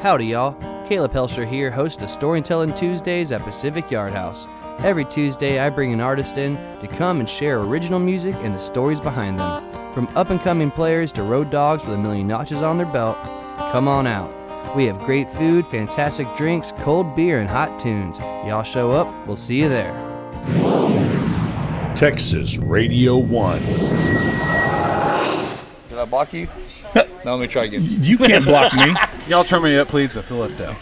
Howdy, y'all. Caleb Helsher here, host of Storytelling Tuesdays at Pacific Yard House. Every Tuesday, I bring an artist in to come and share original music and the stories behind them. From up and coming players to road dogs with a million notches on their belt, come on out. We have great food, fantastic drinks, cold beer, and hot tunes. Y'all show up, we'll see you there. Texas Radio 1. Did I block you? no, let me try again. You can't block me. Y'all turn me up, please. I feel left out.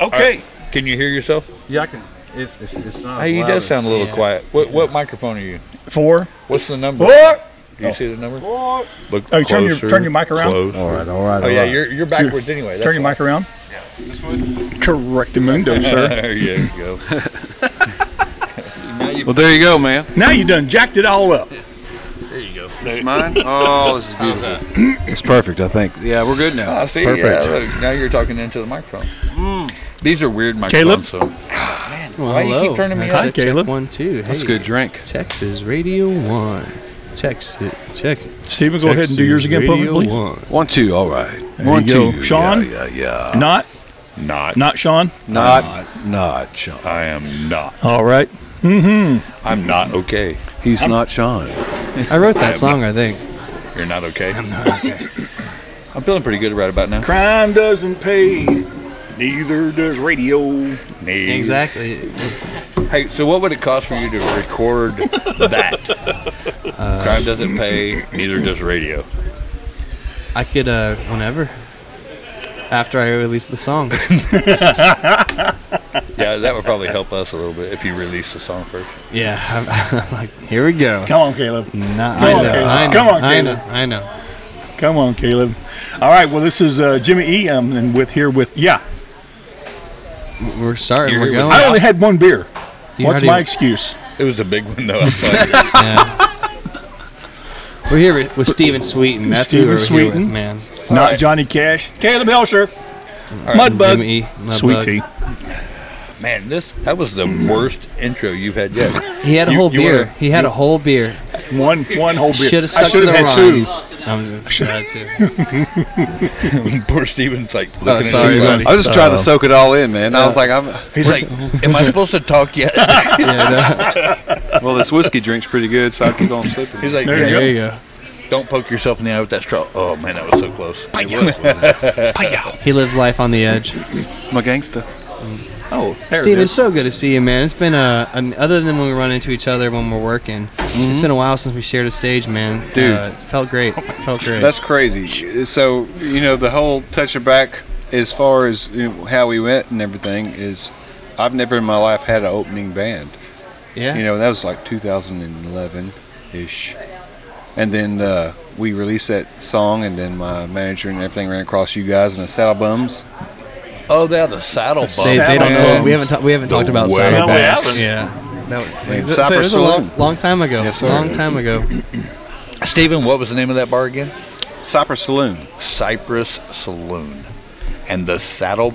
Okay. Can you hear yourself? Yeah, I can. It's it's, it's not. Hey, as you loud does sound a as- little quiet. What what microphone are you? Four. What's the number? Four. Do you see the number? Look Oh, you turn your- closer, turn your mic around? closer. All right, all right. Oh yeah, you're you're backwards anyway. Turn your mic around. Correctamundo, sir. There you go. now you Well, there you go, man. Now you done jacked it all up. It's mine. Oh, this is beautiful. it's perfect, I think. Oh, Yeah, we're good now. I Ah, see. Perfect. Yeah, look, now you're talking into the microphone. Mm. These are weird Caleb? microphones. Caleb. So. Man, why do you keep turning me Check, Hi, up? check, Caleb. One, two. That's hey. a good drink. Texas Radio 1. Texas. Check. Stephen, go ahead and do yours again publicly. One, two. All right. There One, you go. two. Sean? Yeah, yeah. yeah. Not, Not. not Sean. Not, not Sean. I am not. All right. I'm not okay. He's not Sean. I wrote that song, I think. You're not okay. I'm not okay. I'm feeling pretty good right about now. Crime doesn't pay. Neither does radio. Exactly. Hey, so what would it cost for you to record that? Crime doesn't pay, neither does radio. I could, uh, whenever. After I release the song. Yeah, that would probably help us a little bit if you release the song first. yeah. I'm, I'm like, here we go. Come on, Caleb. Nah, Come I on, know, Caleb. I know, Come on, I know, Caleb. I know. Come on, Caleb. All right. Well, this is uh, Jimmy E. I'm and with here with yeah. We're starting. You're We're here with going. I only had one beer. You What's already- my excuse? It was a big one though. I'm sorry. We're here with- with Steven Sweeten. That's who we're Stephen here with, Sweeten. man. Not right. Johnny Cash. Caleb Helsher. Mudbug. Jimmy E, Mudbug. Sweet tea. Man, this that was the worst intro you've had yet. He had a You- whole you beer. were- he had a whole beer. One one whole beer. Should have I stuck to should the have had rhyme. two. I'm glad to. Poor Steven's like looking at Uh, sorry, his phone. buddy. I was just trying to soak it all in, man. I was like, I'm, He's like, Am I supposed to talk yet? well, this whiskey drink's pretty good, so I keep on sipping. He's like, There you There you go. Don't poke yourself in the eye with that straw. Oh man, that was so close. He lives life on the edge. I'm a gangster. Oh, there it Steven, is. so good to see you, man. It's been uh, an, other than when we run into each other when we're working. It's been a while since we shared a stage, man. Dude. Uh, felt great. Felt great. That's crazy. So you know the whole touching back as far as you know, how we went and everything is, I've never in my life had an opening band. yeah. You know that was like 2011 ish, and then uh, we released that song, and then my manager and everything ran across you guys and the Saddle Bums. Oh, they have the saddle bump. they, they don't know. Saddlebags. We haven't ta- we haven't talked about way. saddlebags. No, we haven't. Yeah. That, And that's- it Cypress was a long, Saloon. long time ago. Yes, sir. long time ago. Steven, what was the name of that bar again? Cypress Saloon. Cypress Saloon. And the saddle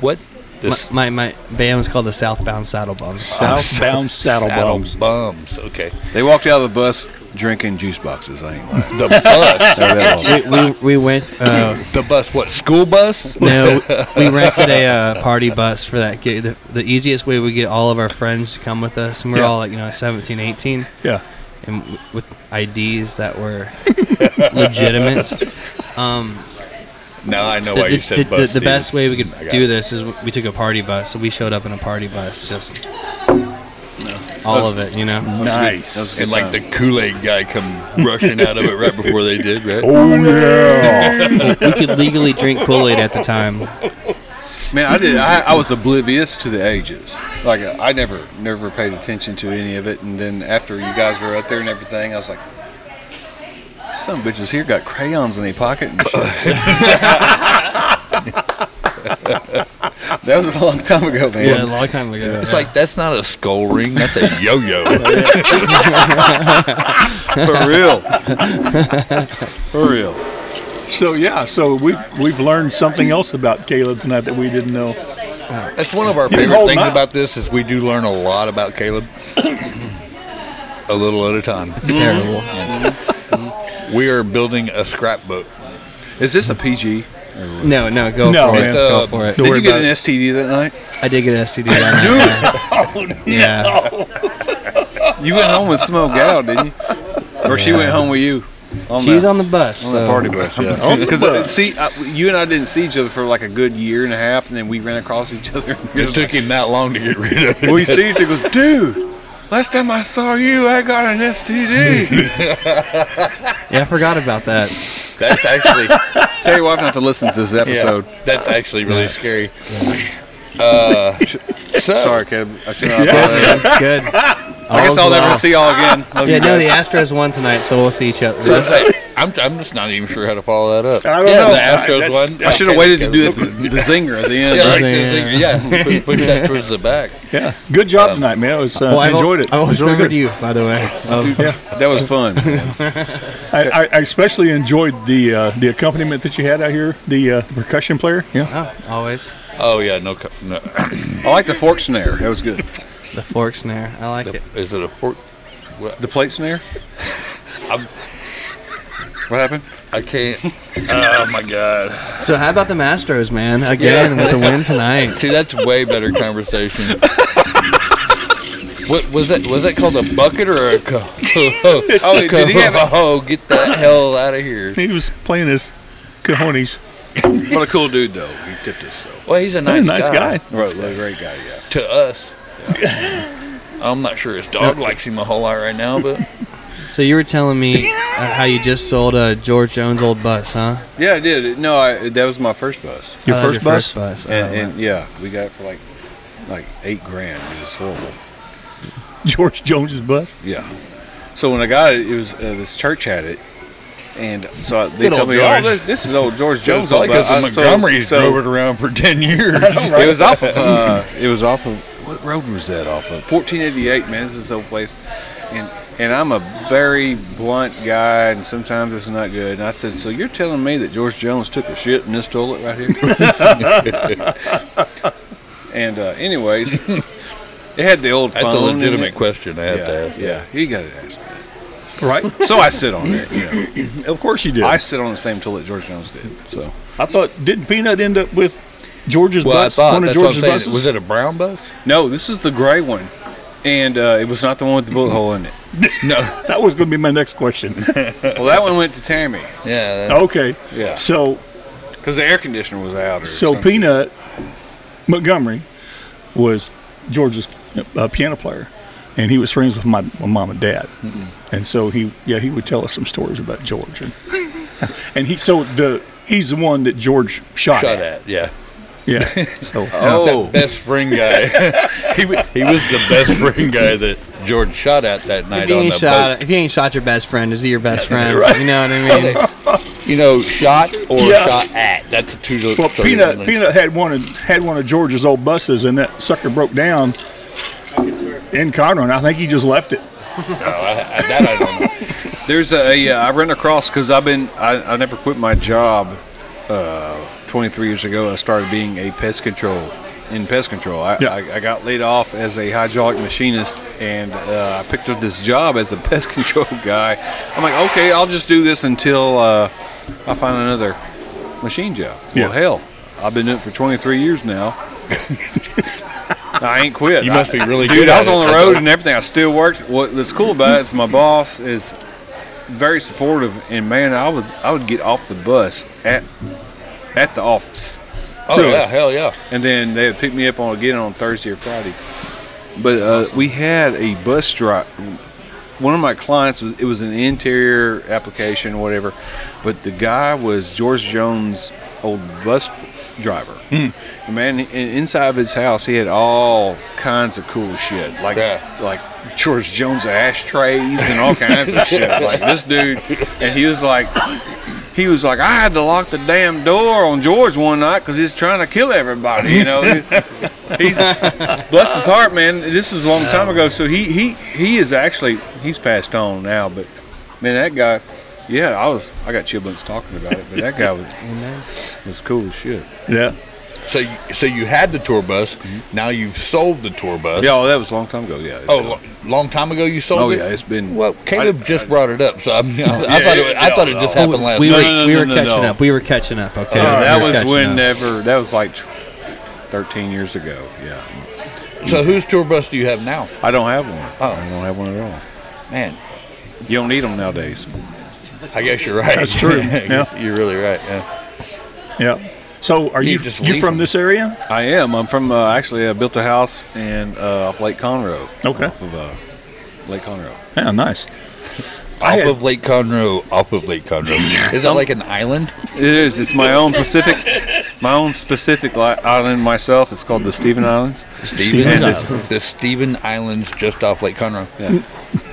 what? The My, my my band was called the Southbound Saddlebags. Southbound saddle saddle bombs. bums. Okay. They walked out of the bus drinking juice boxes. I ain't lying. The bus. They're that long. We, we, we went. Uh, the bus. What? School bus? no, we rented a uh, party bus for that gig. The, the easiest way we get all of our friends to come with us, and we're Yeah. all like you know 17, 18, Yeah. and w- with IDs that were legitimate. Now I know The, why you the- said the- bus. the Steven. best way we I could got do it. this is we took a party bus, so we showed up in a party bus, just all of it, you know. Nice. And like the Kool Aid guy come rushing out of it right before they did, right? Oh yeah. we could legally drink Kool Aid at the time. Man, I did. I, I was oblivious to the ages. Like I never, never paid attention to any of it. And then after you guys were out there and everything, I was like, "Some bitches here got crayons in their pocket and shit." that was a long time ago, man. Yeah, a long time ago. It's like that's not a skull ring, that's a yo yo. For real. For real. So yeah. So we we've learned something else about Caleb tonight that we didn't know. that's one of our You're favorite holding things up. about this is we do learn a lot about Caleb. a little at a time. it's terrible. We are building a scrapbook. Is this a PG? No, no, go No, for it. man. Go for it. Don't Did worry you get about an it. STD that night? I did get an STD. on that. Yeah. You went home with Smoke Gal, didn't you? Or she went home with you? On She's the, on the bus. on Um, the so- party bus, yeah. Because uh, see, I, you and I didn't see each other for like a good year and a half, and then we ran across each other. It took him that long to get rid of it. we see each other, goes, dude. Last time I saw you, I got an STD. Yeah, I forgot about that. That's actually Tell your wife not to listen to this episode. that's actually really scary. Uh, Sorry, Caleb. I should not. That's good. I guess I'll never see y'all again. Love Yeah, you no, guys. the Astros won tonight, so we'll see each So other. I'm, saying, I'm, I'm just not even sure how to follow that up. I don't know. The Astros That's- one. I should have waited to do it the, the zinger at the end. Yeah, like Yeah. this thing, yeah. Push- push that towards the back. Yeah, good job tonight, man. It was, uh, I enjoyed it. oh, I always it was remembered you, by the way. Um, That was fun. I, I, I especially enjoyed the uh, the accompaniment that you had out here, the, uh, the percussion player. Yeah, oh, always Oh yeah, no, co- no. I like the fork snare. That was good. the fork snare. I like it. Is it a fork? What? The plate snare. What happened? I can't. Oh my god. So how about the Masters, man? Again with the win tonight. See, that's way better conversation. What was that? Was that called a bucket or a co- Oh, did he have a- Oh, get that hell out of here! he was playing his cojones. What a cool dude, though. He tipped us. So. Well, he's a Nice, nice, nice guy. Right, great guy. Yeah. to us. I'm not sure his dog likes him a whole lot right now, but So you were telling me uh, how you just sold a George Jones old bus, huh? Yeah, I did. No, I, that was my first bus. Your Oh, that was first bus? Your first bus. Oh, And, Uh-huh. right. and yeah, we got it for like like eight grand. It was horrible. George Jones's bus. Yeah. So when I got it, it was uh, this church had it, and so I, they Good told old me, "Oh, George. this- this is old George It's Jones." like old us bus." in I- so- Montgomery's so- drove it around for ten years. It was off of. Uh, it was off of. What road was that off of? 1488, man. This is this old place, and and I'm a very blunt guy, and sometimes it's not good. And I said, so you're telling me that George Jones took a shit in this toilet right here? and uh, anyways, it had the old That's phone. a in legitimate it. question I have to Yeah, ask. yeah, he got it asked. me. Right? So I sit on it. You know. of course you did. I I, sit on the same toilet George Jones did. So thought, didn't Peanut end up with George's Well, bus? I thought one of that's what I'm George's saying. buses? Was it a brown bus? no, this is the gray one, and uh, it was not the one with the bullet hole in it. No. that was going to be my next question. Well, that one went to Tammy Yeah. that- okay. Yeah. So, because the air conditioner was out. Or so something. Peanut Montgomery was George's uh, piano player, and he was friends with my, my mom and dad. And so he, yeah, he would tell us some stories about George, and, and he so the he's the one that George shot, Shot at. at. Oh, Yeah. Yeah. So Oh, Best spring guy. he, wa- he was the best spring guy that George shot at that night If you on ain't the shot, boat. if you ain't shot your best friend, is he your best friend? You know what I mean? You know, shot or Yeah. shot at. That's a two. well, so Peanut different. Peanut had one of had one of George's old buses, and that sucker broke down in Conroe, and I think he just left it. No, I, I, that I don't know. there's a yeah. I ran across because I've been I, I never quit my job. Uh, 23 years ago, I started being a pest control in pest control. I, Yeah. I, I got laid off as a hydraulic machinist, and uh, I picked up this job as a pest control guy. I'm like, okay, I'll just do this until uh, I find another machine job. Yeah. Well, hell, I've been doing it for 23 years now. I ain't quit. You must I- be really dude. good I was at it. on the road and everything. I still worked. What that's cool about it is my boss is very supportive, and man, I would I would get off the bus at at the office, Oh Really? yeah, hell yeah. and then they would pick me up on again on Thursday or Friday. But uh, we had a bus drive. One of my clients was it was an interior application, whatever, but the guy was George Jones' old bus driver. The Man, in- inside of his house, he had all kinds of cool shit, like Yeah. like George Jones ashtrays and all kinds of shit. Like this dude, and he was like, he was like, I had to lock the damn door on George one night because he's trying to kill everybody. You know, he's bless Uh, his heart, man. This is a long time ago, so he he he is actually he's passed on now. But man, that guy, yeah, I was I got chill bumps talking about it, but that guy was was cool as shit. Yeah. So, you, so you had the tour bus. Now you've sold the tour bus. Yeah, oh, that was a long time ago. Yeah. uh, Oh, lo- long time ago you sold Oh, it. yeah, it's been- Well, Caleb I- just I- brought it up, so I, mean, I, I thought it, was- I yeah, thought it no, just no. happened last we night. were, no, no, we were no, catching no. up. We were catching up. Okay. Uh, we were that was uh, catching up. whenever. That was like tw- 13 years ago. Yeah. So whose tour bus do you have now? I don't have one. Oh. I don't have one at all. Man, You don't need them nowadays. I guess you're right. That's true, I yeah. guess you're really right. Yeah. Yeah. So are You you just you leave from them. this area? I am. I'm from uh, actually. I built a house and uh, off Lake Conroe. Okay. Off of uh, Lake Conroe. Yeah, nice. Off had- of Lake Conroe. Off of Lake Conroe. Is that like an island? It is. It's my own Pacific, my own specific li- island myself. It's called the Stephen Islands. Stephen Islands. The Stephen Islands just off Lake Conroe. Yeah.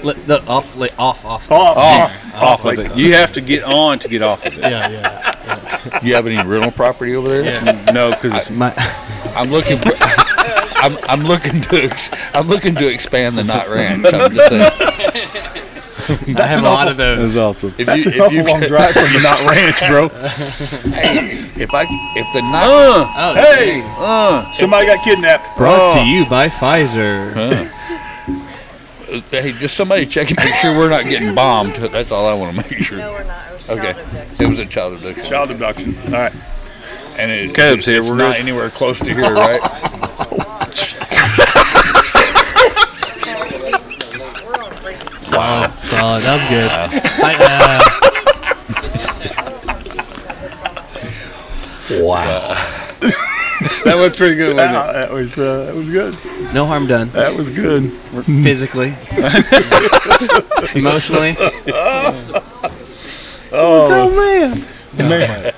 Li- the off, li- off, off. Oh, Off, off of it. You have to get on to get off of it. Yeah, yeah. You have any rental property over there? Mm, No, because it's My, I'm looking for. I'm, I'm looking to ex- I'm looking to expand the Knot Ranch. I'm just saying. I have a lot of it's those. awesome. If that's you, an if, awful you long can- drive from the Knot Ranch, bro. if I if the Knot Uh, Oh, Hey, uh, somebody got kidnapped. Brought to Oh. you by Pfizer. Uh. Hey, just somebody check and make sure we're not getting bombed. That's all I want to make sure. No, we're not. It was child Okay, abduction. it was a child abduction, Child abduction. All right. and it, Caleb's here, It's we're not good. anywhere close to here, right? Wow. Solid. That was good. I, uh, that was pretty good, wasn't it? Wow, that was uh, that was good. no harm done. That was good. Mm. Physically. Emotionally.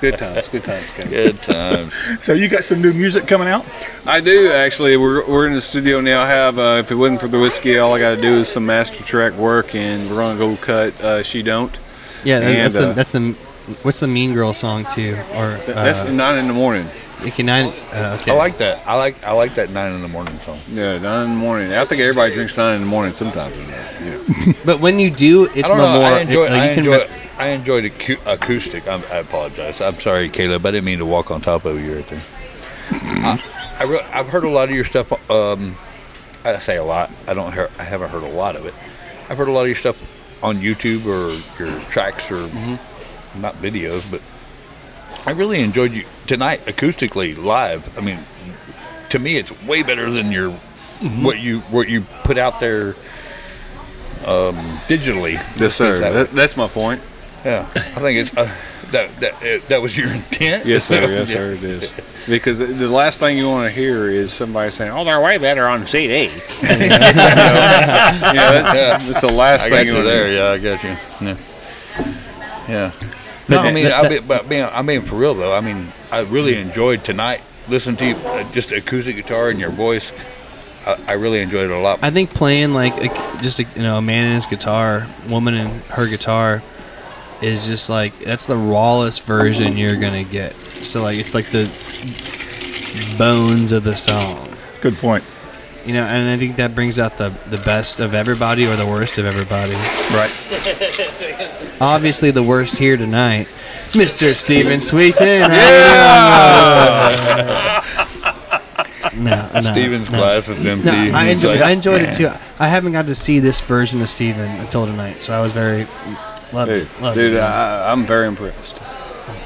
Good times, good times. Caleb. Good times. So you got some new music coming out? I do actually. We're, we're in the studio now. I have uh, if it wasn't for the whiskey, all I got to do is some master track work, and we're gonna go cut. Uh, she don't. Yeah, that- And, that's, uh, the, that's the. What's the Mean Girl song too? Or uh, That's at nine in the morning. Nicki Nine? Uh, okay. I like that. I like I like that nine in the morning song. Yeah, nine in the morning. I think everybody drinks nine in the morning sometimes. But when you do, I it's don't know. memorial. I enjoy. it- like, I you can enjoy. re- I enjoyed acu- acoustic. I'm, I apologize. I'm sorry, Caleb. I didn't mean to walk on top of you right there. Uh, I, I re- I've heard a lot of your stuff. Um, I say a lot. I don't. Hear, I haven't heard a lot of it. I've heard a lot of your stuff on YouTube or your tracks or Mm-hmm. not videos, but I really enjoyed you tonight acoustically live. I mean, to me, it's way better than your what you what you put out there. Um, digitally, Yes, sir. That, that's my point. yeah, I think it's uh, that that uh, that was your intent. Yes, sir. Yes, sir. It is. Because the last thing you want to hear is somebody saying, "Oh, they're way better on CD." you know? yeah, that- that's the last I got thing you you want to there. hear. Yeah, I got you. Yeah, yeah. No, I mean, I be, but being, I mean, for real though, I mean, I really enjoyed tonight. Listen to you, uh, just acoustic guitar and your voice. I, I really enjoyed it a lot. I think playing like a, just a, you know a man and his guitar, woman and her guitar, is just like that's the rawest version you're gonna get. So like it's like the bones of the song, Good point. you know. And I think that brings out the the best of everybody or the worst of everybody. Right. Obviously, the worst here tonight, Mr. Steven Sweeton. No, no, Steven's no. glass is empty. No, I He's enjoyed, like, I enjoyed it "Man." too. I haven't got to see this version of Steven until tonight, so I was very love Dude, it. Love dude, uh, it. I, I'm very impressed.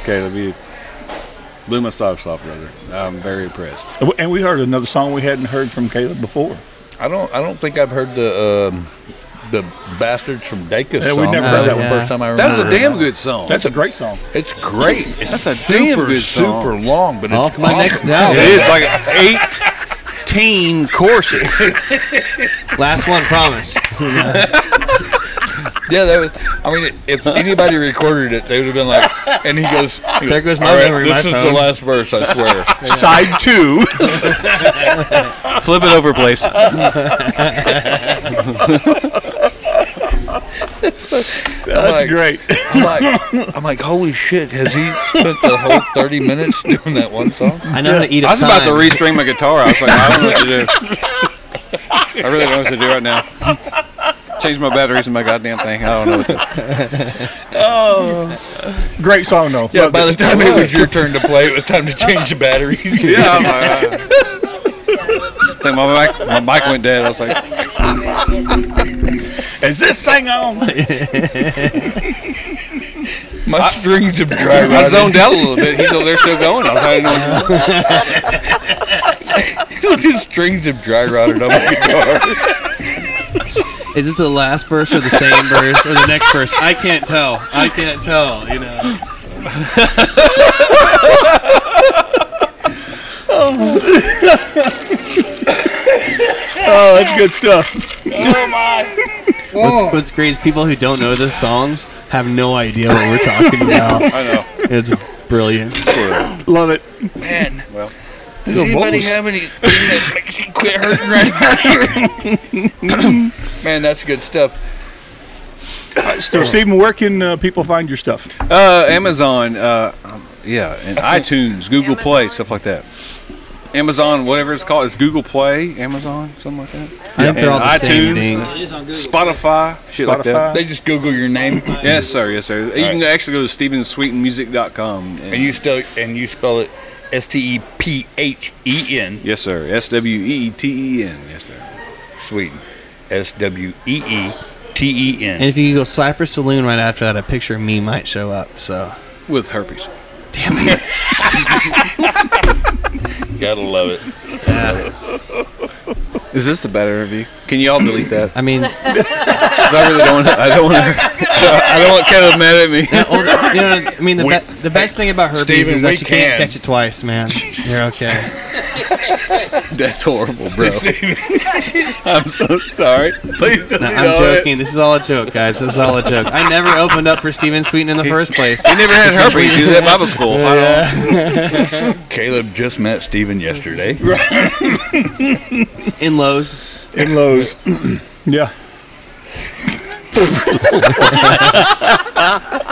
Caleb, you blew my socks off, brother. I'm very impressed. And we heard another song we hadn't heard from Caleb before. I don't. I don't think I've heard the um, the bastards from Dacus Yeah, song. we never heard That's that one. the First time I remember. That was a damn good song. That's a great song. It's great. It's That's a super, damn good song. super long, but it's Off my awesome. next album. it is like eighteen courses. Last one, promise. Yeah, that was. I mean, if anybody recorded it, they would have been like, and he goes, he There goes my "All memory, This my is the phone." last verse, I swear. Side two. Flip it over, please. That's like- great. I'm like, I'm like, holy shit, has he spent the whole 30 minutes doing that one song? I know how to eat a I was about to time. restring my guitar. I was like, I don't know what to do. I really don't know what to do right now. Change my batteries in my goddamn thing. I don't know. What to, Great song though. Yeah, Loved by it. the time it was your turn to play, it was time to change the batteries. yeah, I'm like, uh, I think my mic, my mic went dead. I was like, Is this thing on? My strings have dry I rotted. zoned out a little bit. He's over there still going. I was like, I didn't know what His strings have dry rotted on my guitar. Is this the last verse or the same verse or the next verse? I can't tell. I can't tell. You know. Oh, that's good stuff. Oh. What's, what's great is people who don't know the songs have no idea what we're talking about. I know. It's brilliant. Love it. Man. Well. Does anybody have any that makes you quit hurting right here? Man, that's good stuff. So, Stephen, where can uh, people find your stuff? Uh, Amazon, uh, um, yeah, and iTunes, Google Play, stuff like that. Amazon, whatever it's called, it's Google Play, Amazon, something like that. I think they're all the And same. Ding. iTunes. Spotify, shit like that. They just Google your name Yes, sir. Yes, sir. You can actually go to stevensweetenmusic.com. and you still and you spell it S T E P H E N yes, sir. S W E E T E N. Yes, sir. Sweden. S W E E T E And N. if you go Cypress Saloon right after that, a picture of me might show up. So With herpes. damn it. Gotta love it. Is this the better review? Can you all delete that? I mean, 'Cause I really don't. Wanna, I don't want. I don't want Caleb mad at me. well, the- you know, I mean the, We- be- the best thing about herpes Steven, is we that you can. can't catch it twice, man. You're okay. That's horrible, bro. I'm so sorry. Please delete No, all I'm that. joking. This is all a joke, guys. This is all a joke. I never opened up for Steven Sweeten in the first place. He never had herpes. He was at Bible school. I don't- Caleb just met Steven yesterday. In Lowe's. In Lowe's. yeah.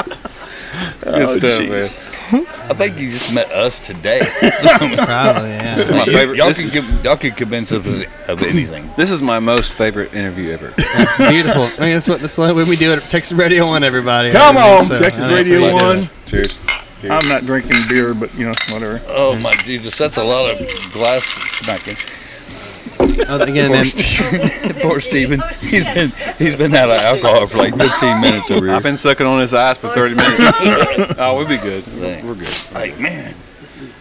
Good stuff, jeez. man. I think you just met us today. Probably, yeah. This is my You- favorite. Y'all This can, is, give- y'all can convince us of, of anything. this is my most favorite interview ever. Beautiful. I mean, that's what that's the only way we do it. at Texas Radio One, everybody. Come I mean, on, so, Texas I mean, that's what Radio you do. One. Cheers. I'm not drinking beer, but you know whatever. Oh my Jesus, that's a lot of glass smacking. Oh, again, Poor, man. Steven. Poor Steven. He's been he's been out of alcohol for like 15 minutes over here. I've been sucking on his eyes for 30 minutes. oh, we'll be good. Thanks. We're good. Like man,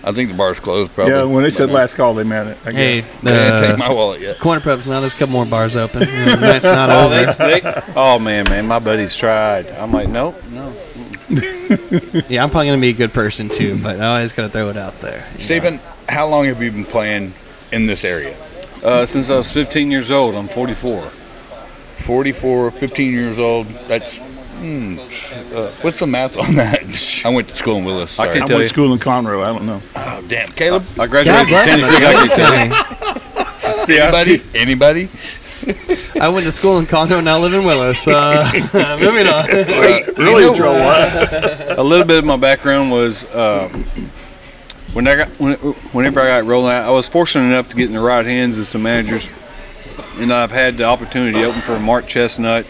I think the bar's closed probably. Yeah, when they said last call, they meant it. I Hey, guess. Can't take the my wallet yet. corner pub's now. There's a couple more bars open. The night's not Oh, over. they- they- oh, man, man, my buddies tried. I'm like, nope, no. Yeah, I'm probably gonna be a good person too, but I always gotta throw it out there. Steven, how long have you been playing in this area? Uh, since I was 15 years old, I'm 44. 44, 15 years old. That's hmm, uh, what's the math on that? I went to school in Willis. I Sorry. I can- went to school in Conroe. I don't know. oh, damn, Caleb. I graduated from I'm Tennessee. a I good can tell you. guy. See, Anybody? Anybody? I went to school in Conroe, now live in Willis. Uh, moving on. really draw a line. a little bit of my background was um, when I got when, whenever I got rolling out, I was fortunate enough to get in the right hands of some managers, and I've had the opportunity to open for Mark Chestnut,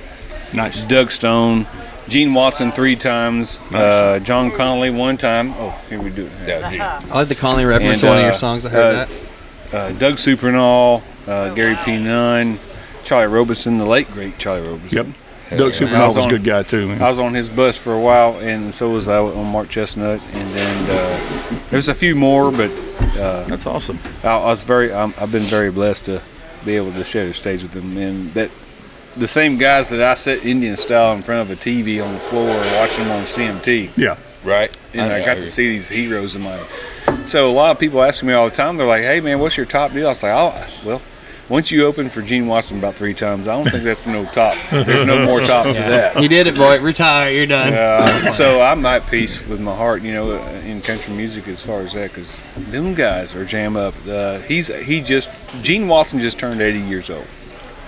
Nice. Doug Stone, Gene Watson three times, uh, John Connolly one time. Oh, here we do it. Yeah, dude. I like the Conley reference. And, to one of uh, your songs. I heard uh, that. Uh, Doug Supernall, uh, Gary P. Nunn, Charlie Robeson, the late great Charlie Robeson. Yep. Doug I Supernova was was a on- good guy too. Man. I was on his bus for a while, and so was I on Mark Chestnut, and then uh, there's a few more, but That's awesome. I, I was very, i I've been very blessed to be able to share the stage with them, and that the same guys that I set Indian style in front of a TV on the floor and watching them on CMT, Yeah. Right. uh, and I, got hear to you. see these heroes of mine. So a lot of people asking me all the time, they're like, "Hey man, what's your top deal?" I was like, "Oh, well." Once you open for Gene Watson about three times, I don't think that's no top. There's no more top to that. You did it, boy. Retire. You're done. Uh, so I'm at peace with my heart, you know, in country music as far as that, because them guys are jam up. Uh, he's he just Gene Watson just turned 80 years old,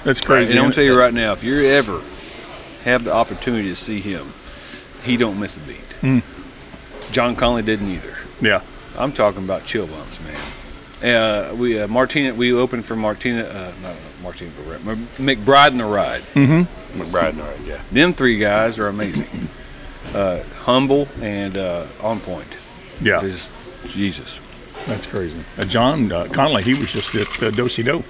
That's crazy. and uh, I'm gonna ain't tell it? you right now, if you ever have the opportunity to see him, he don't miss a beat. John Conley didn't either. Yeah. I'm talking about chill bumps, man. Uh, we uh, Martina, we opened for Martina, uh, not Martina, but McBride and the Ride. Mm-hmm. McBride and Hart, yeah. Them three guys are amazing, uh, humble and uh, on point. Yeah, Just Jesus. that's crazy. Uh, John uh, Conley, he was just at uh, Do Si Do.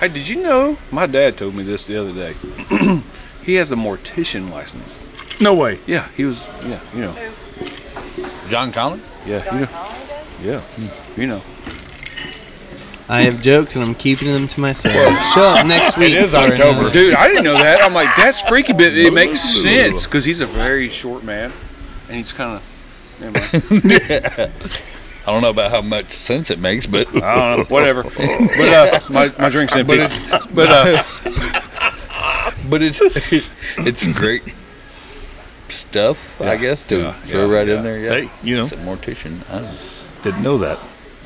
Hey, did you know? My dad told me this the other day. he has a mortician license. No way. Yeah, he was. Yeah, you know. John Collins? Yeah, you know. Yeah, mm, you know. I have jokes and I'm keeping them to myself. Show up next week. is for October. another- Dude, I didn't know that. I'm like, that's freaky, but it makes sense because he's a very short man, and he's kind of. Anyway, I don't know about how much sense it makes, but I don't know, whatever. But uh, my, my drink's empty. but uh, but it's it's great stuff, I guess, to yeah, throw yeah, right yeah. in there. Yeah, Hey, you know, It's a mortician. I don't know. didn't know that.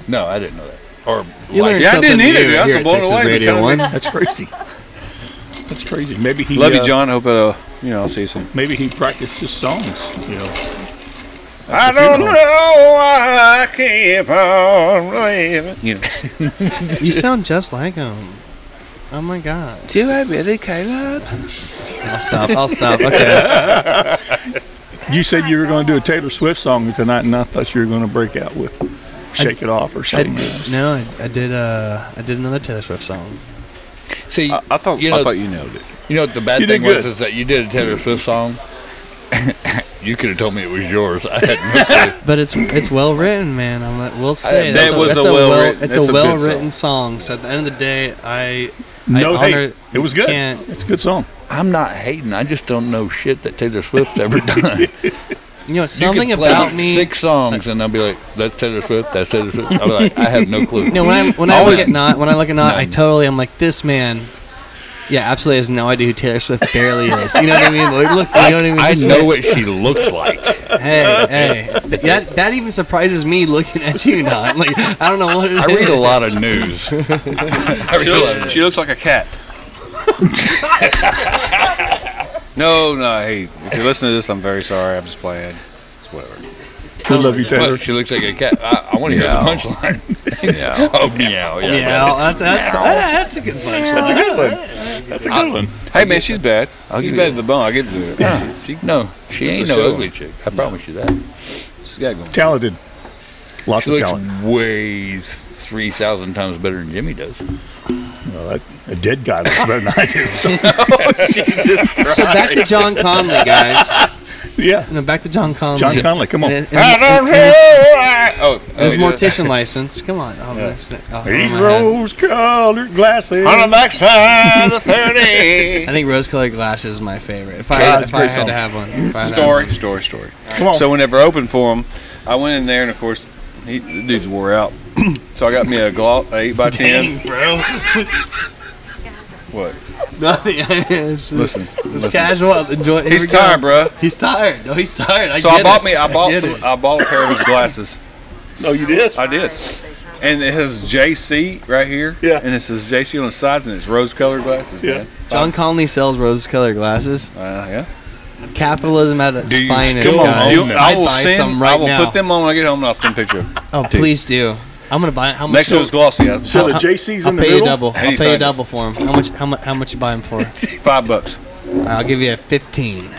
No, I didn't know that. Or You learn like- Yeah, I didn't something either, new dude. I was here at blown Texas away, but Radio kinda One. That's crazy. that's crazy. Maybe he Love uh, you, John. Hope uh, you know. I'll see you soon. Maybe he practiced his songs. You know, I don't know why I keep on believing. You know. You sound just like him. Oh my god. Do I really, Caleb? I'll stop. I'll stop. Okay. you said you were going to do a Taylor Swift song tonight, and I thought you were going to break out with "Shake It Off" or I, something. else. no, I, I did. Uh, I did another Taylor Swift song. see, I, I thought you I know, thought you nailed it. you know what the bad You did thing was good. is that you did a Taylor Swift song. you could have told me it was yours. I had no clue. But it's it's well written, man. I'm like, we'll say that that's was that's a well-written- It's that's a a good well written song. So at the end of the day, I No, I hey, honor, it was good. can't- It's a good song. I'm not hating. I just don't know shit that Taylor Swift's ever done. you know You could something play about me. Six songs, and I'll be like, "That's Taylor Swift. That's Taylor Swift." I'll be like, "I have no clue." No, when I when I Always- look at not when I look at not, I totally am like this man. Yeah, absolutely has no idea who Taylor Swift barely is. You know what I mean? Like, look, you know what I mean? I This know man- what she looks like. Hey, hey, that that even surprises me looking at you, not like I don't know what it is. I read a lot of news. I read She a lot of looks, news. she looks like a cat. no, no, hey, if you listen to this, I'm very sorry. I'm just playing. It's whatever. We love you, Taylor. Look, she looks like a cat. I, I want to hear the Meow. punchline. Yeah. Oh meow! Yeah. Yeah, that's that's, Meow. that's a good punchline. That's a good one. That's a good one. hey, man, she's bad. she's give bad you- at the bone. I give it to her. She, she, No, she It's ain't a no show. ugly chick. I promise you that. she's got it going. Talented. Lots She of looks talent. way three thousand times better than Jimmy does. Well, that, a dead guy looks better than I do. So, So back to John Conley, guys. yeah. No, back to John Conley. John Conley, come on. And- and- I don't and- and- know. Oh, and His oh, yeah. mortician license. Come on. Oh, that's- oh, These my head. rose colored glasses. On the backside of 30. I think rose colored glasses is my favorite. If I, if God, it's a I great had song. to have one. If I had to have story, story, story. Come on. So whenever I opened for him, I went in there, and of course, he, the dudes wore out. so I got me a gloss, eight by ten. mm, Dang, bro. What? Nothing. it's Listen, it's listen. casual. Enjoy. here He's we go. tired, bruh. He's tired. No, he's tired. I So get I bought it. me, I bought get some, it. I bought a pair of his glasses. oh, you did? I did. And it has JC right here. Yeah. And it says JC on the sides, and it's rose-colored glasses. Yeah. Yeah. John Conley sells rose colored glasses. Uh, yeah. Capitalism at its Do you finest. still guys. own You- them? I I'd will buy send. some right I will now. put them on when I get home, and I'll send a picture. of 'em. Oh, please do. I'm gonna buy. How much? Next to his glossy, I- So the JC's I'll in the pay you middle. double. I'll Any pay you side. double for him. How much? How much? How much you buy him for? five bucks. I'll give you a fifteen.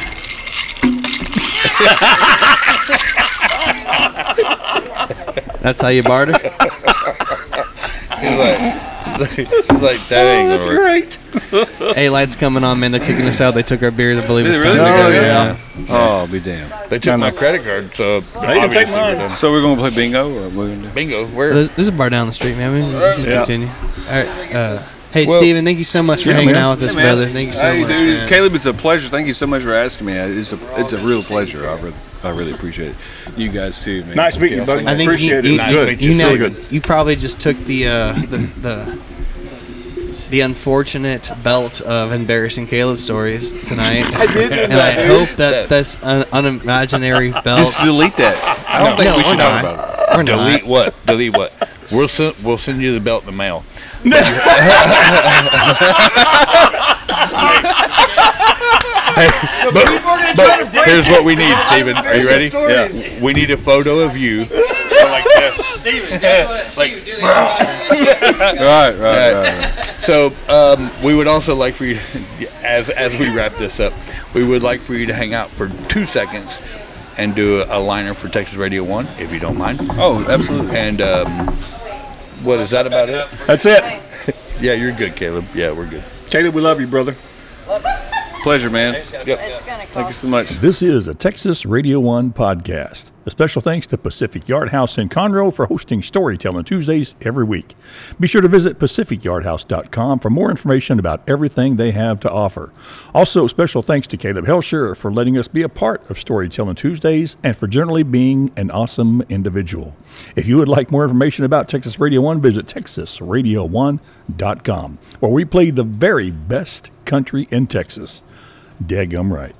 That's how you barter. He's like, he's like that Oh, ain't gonna work. Great. hey, lights coming on, man. They're kicking us out. They took our beers. I believe it's Is time it really? to go. Oh, yeah. Oh, be damned. They took my credit card, so They didn't take obviously we're mine. done. So we're gonna play bingo, or what are we gonna do? Bingo. Where? There's, there's a bar down the street, man. We can just Yeah. continue. All right. Uh, hey, Well- Steven, thank you so much for hanging man. out with us, Hey, man. brother. Thank you so hey, much. dude. man. Caleb, it's a pleasure. Thank you so much for asking me. It's a it's a real pleasure. I really, I really appreciate it. You guys too, man. Nice meeting you, I'll buddy. send I think Appreciate you, it. you, Nice you- to meet you. you It's know, really good. you probably just took the uh, the the the unfortunate belt of embarrassing Caleb stories tonight. I did, and I hope that this un- unimaginary belt. Just delete that. I don't think No, we we're should talk not. about it. Or not. Delete what? Delete what? We'll send we'll send you the belt in the mail. Hey, but, but here's what we need, Steven. Are you ready? Yeah. We need a photo of you. like this. Right, right, right. right. So um, we would also like for you, to, as as we wrap this up, we would like for you to hang out for two seconds and do a liner for Texas Radio One, if you don't mind. Oh, absolutely. And um, what is that about it? That's it. Yeah, you're good, Caleb. Yeah, we're good. Caleb, we love you, brother. Pleasure, man. It's gonna cost. Thank you so much. This is a Texas Radio 1 podcast. A special thanks to Pacific Yard House in Conroe for hosting Storytelling Tuesdays every week. Be sure to visit pacificyardhouse.com for more information about everything they have to offer. Also, special thanks to Caleb Helsher for letting us be a part of Storytelling Tuesdays and for generally being an awesome individual. If you would like more information about Texas Radio 1, visit texasradio1.com, where we play the very best country in Texas. Daggum right.